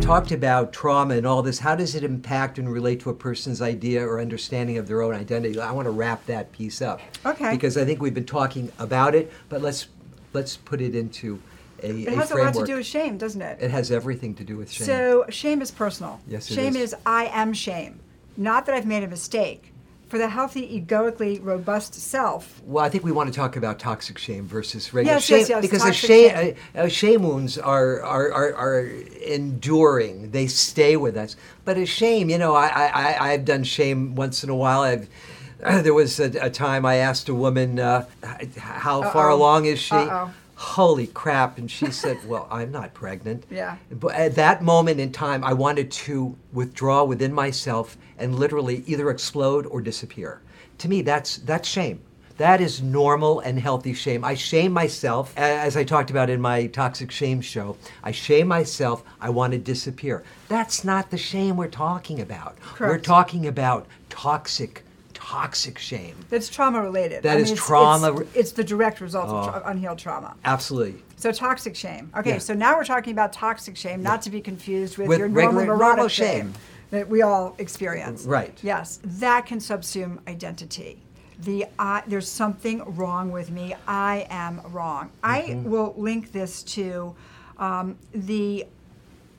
talked about trauma and all this. How does it impact and relate to a person's idea or understanding of their own identity? I want to wrap that piece up. Okay. Because I think we've been talking about it, but let's let's put it into a, It has a lot framework. to do with shame, doesn't it? it has everything to do with shame. So shame is personal. Yes, it shame is. is. I am shame, not that I've made a mistake. For the healthy, egoically robust self, Well, I think we want to talk about toxic shame versus regular Yes, shame yes, yes, because the toxic shame, shame. Uh, uh, shame wounds are, are, are, are enduring. They stay with us. But a shame, you know, I, I, I- I've done shame once in a while. I've there was a, a time I asked a woman uh, h- how far Uh-oh. along is she. Uh-oh. Holy crap! And she said, "Well, I'm not pregnant." Yeah. But at that moment in time, I wanted to withdraw within myself and literally either explode or disappear. To me, that's that's shame. That is normal and healthy shame. I shame myself, a- as I talked about in my toxic shame show. I shame myself. I want to disappear. That's not the shame we're talking about. We're Correct. talking about toxic, toxic shame. that's trauma related. That That is is Oh. trauma re- It's, the direct result of tra- unhealed trauma. Absolutely. So toxic shame. Okay, Yeah. so now we're talking about toxic shame, not to be confused with, With your normal regular- neurotic normal shame shame. that we all experience. Right. Yes, that can subsume identity. The I, there's something wrong with me. I am wrong. I Mm-hmm. will link this to um, the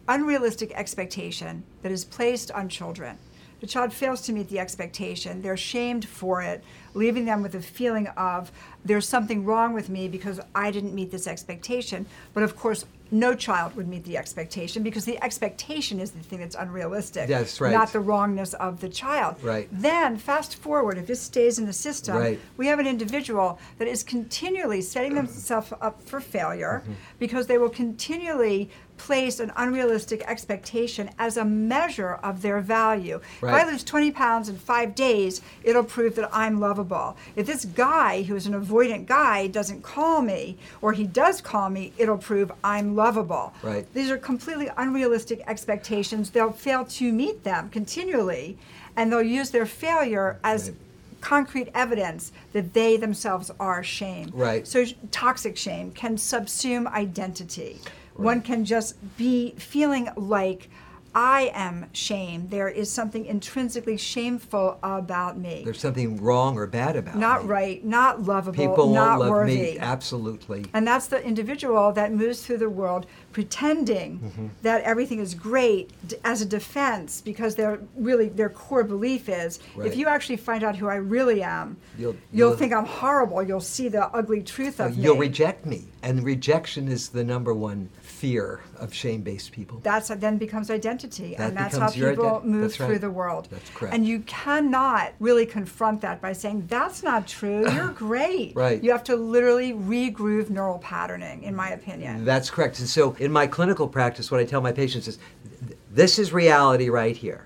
unrealistic expectation that is placed on children. The child fails to meet the expectation. They're shamed for it, leaving them with a feeling of there's something wrong with me because I didn't meet this expectation. But of course, no child would meet the expectation because the expectation is the thing that's unrealistic, That's right. not the wrongness of the child. Right. Then, fast forward, if this stays in the system, Right. we have an individual that is continually setting themselves up for failure because they will continually place an unrealistic expectation as a measure of their value. If Right. I lose 20 pounds in five days, it'll prove that I'm lovable. If this guy, who is an avoidant guy, doesn't call me, or he does call me, it'll prove I'm lovable. Right. These are completely unrealistic expectations. They'll fail to meet them continually, and they'll use their failure as Right. concrete evidence that they themselves are shamed. Right. So sh- toxic shame can subsume identity. One can just be feeling like I am shame. There is something intrinsically shameful about me. There's something wrong or bad about not me. right, not lovable, People won't not love worthy. me. Absolutely. And that's the individual that moves through the world pretending Mm-hmm. that everything is great d- as a defense because they're really their core belief is Right. if you actually find out who I really am, You'll- you'll, you'll- think I'm horrible. You'll see the ugly truth of me. You'll reject me. And rejection is the number one fear of shame based people. that's then becomes identity, That and that's how becomes your people ident- move that's through right. the world. That's correct. And you cannot really confront that by saying that's not true. You're great. Right. You have to literally regroove neural patterning, in my opinion. That's correct. And so in my clinical practice, what I tell my patients is th- this is reality right here.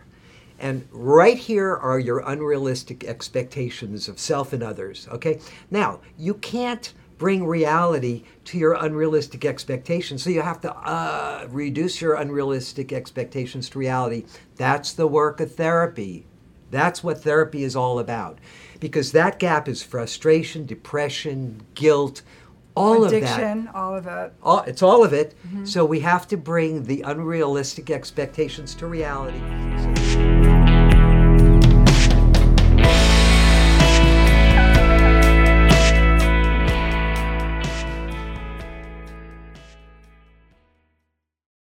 And right here are your unrealistic expectations of self and others. Okay? Now, you can't bring reality to your unrealistic expectations. So you have to uh, reduce your unrealistic expectations to reality. That's the work of therapy. That's what therapy is all about. Because that gap is frustration, depression, guilt, all of that. Addiction, all of it. All, it's all of it. So we have to bring the unrealistic expectations to reality.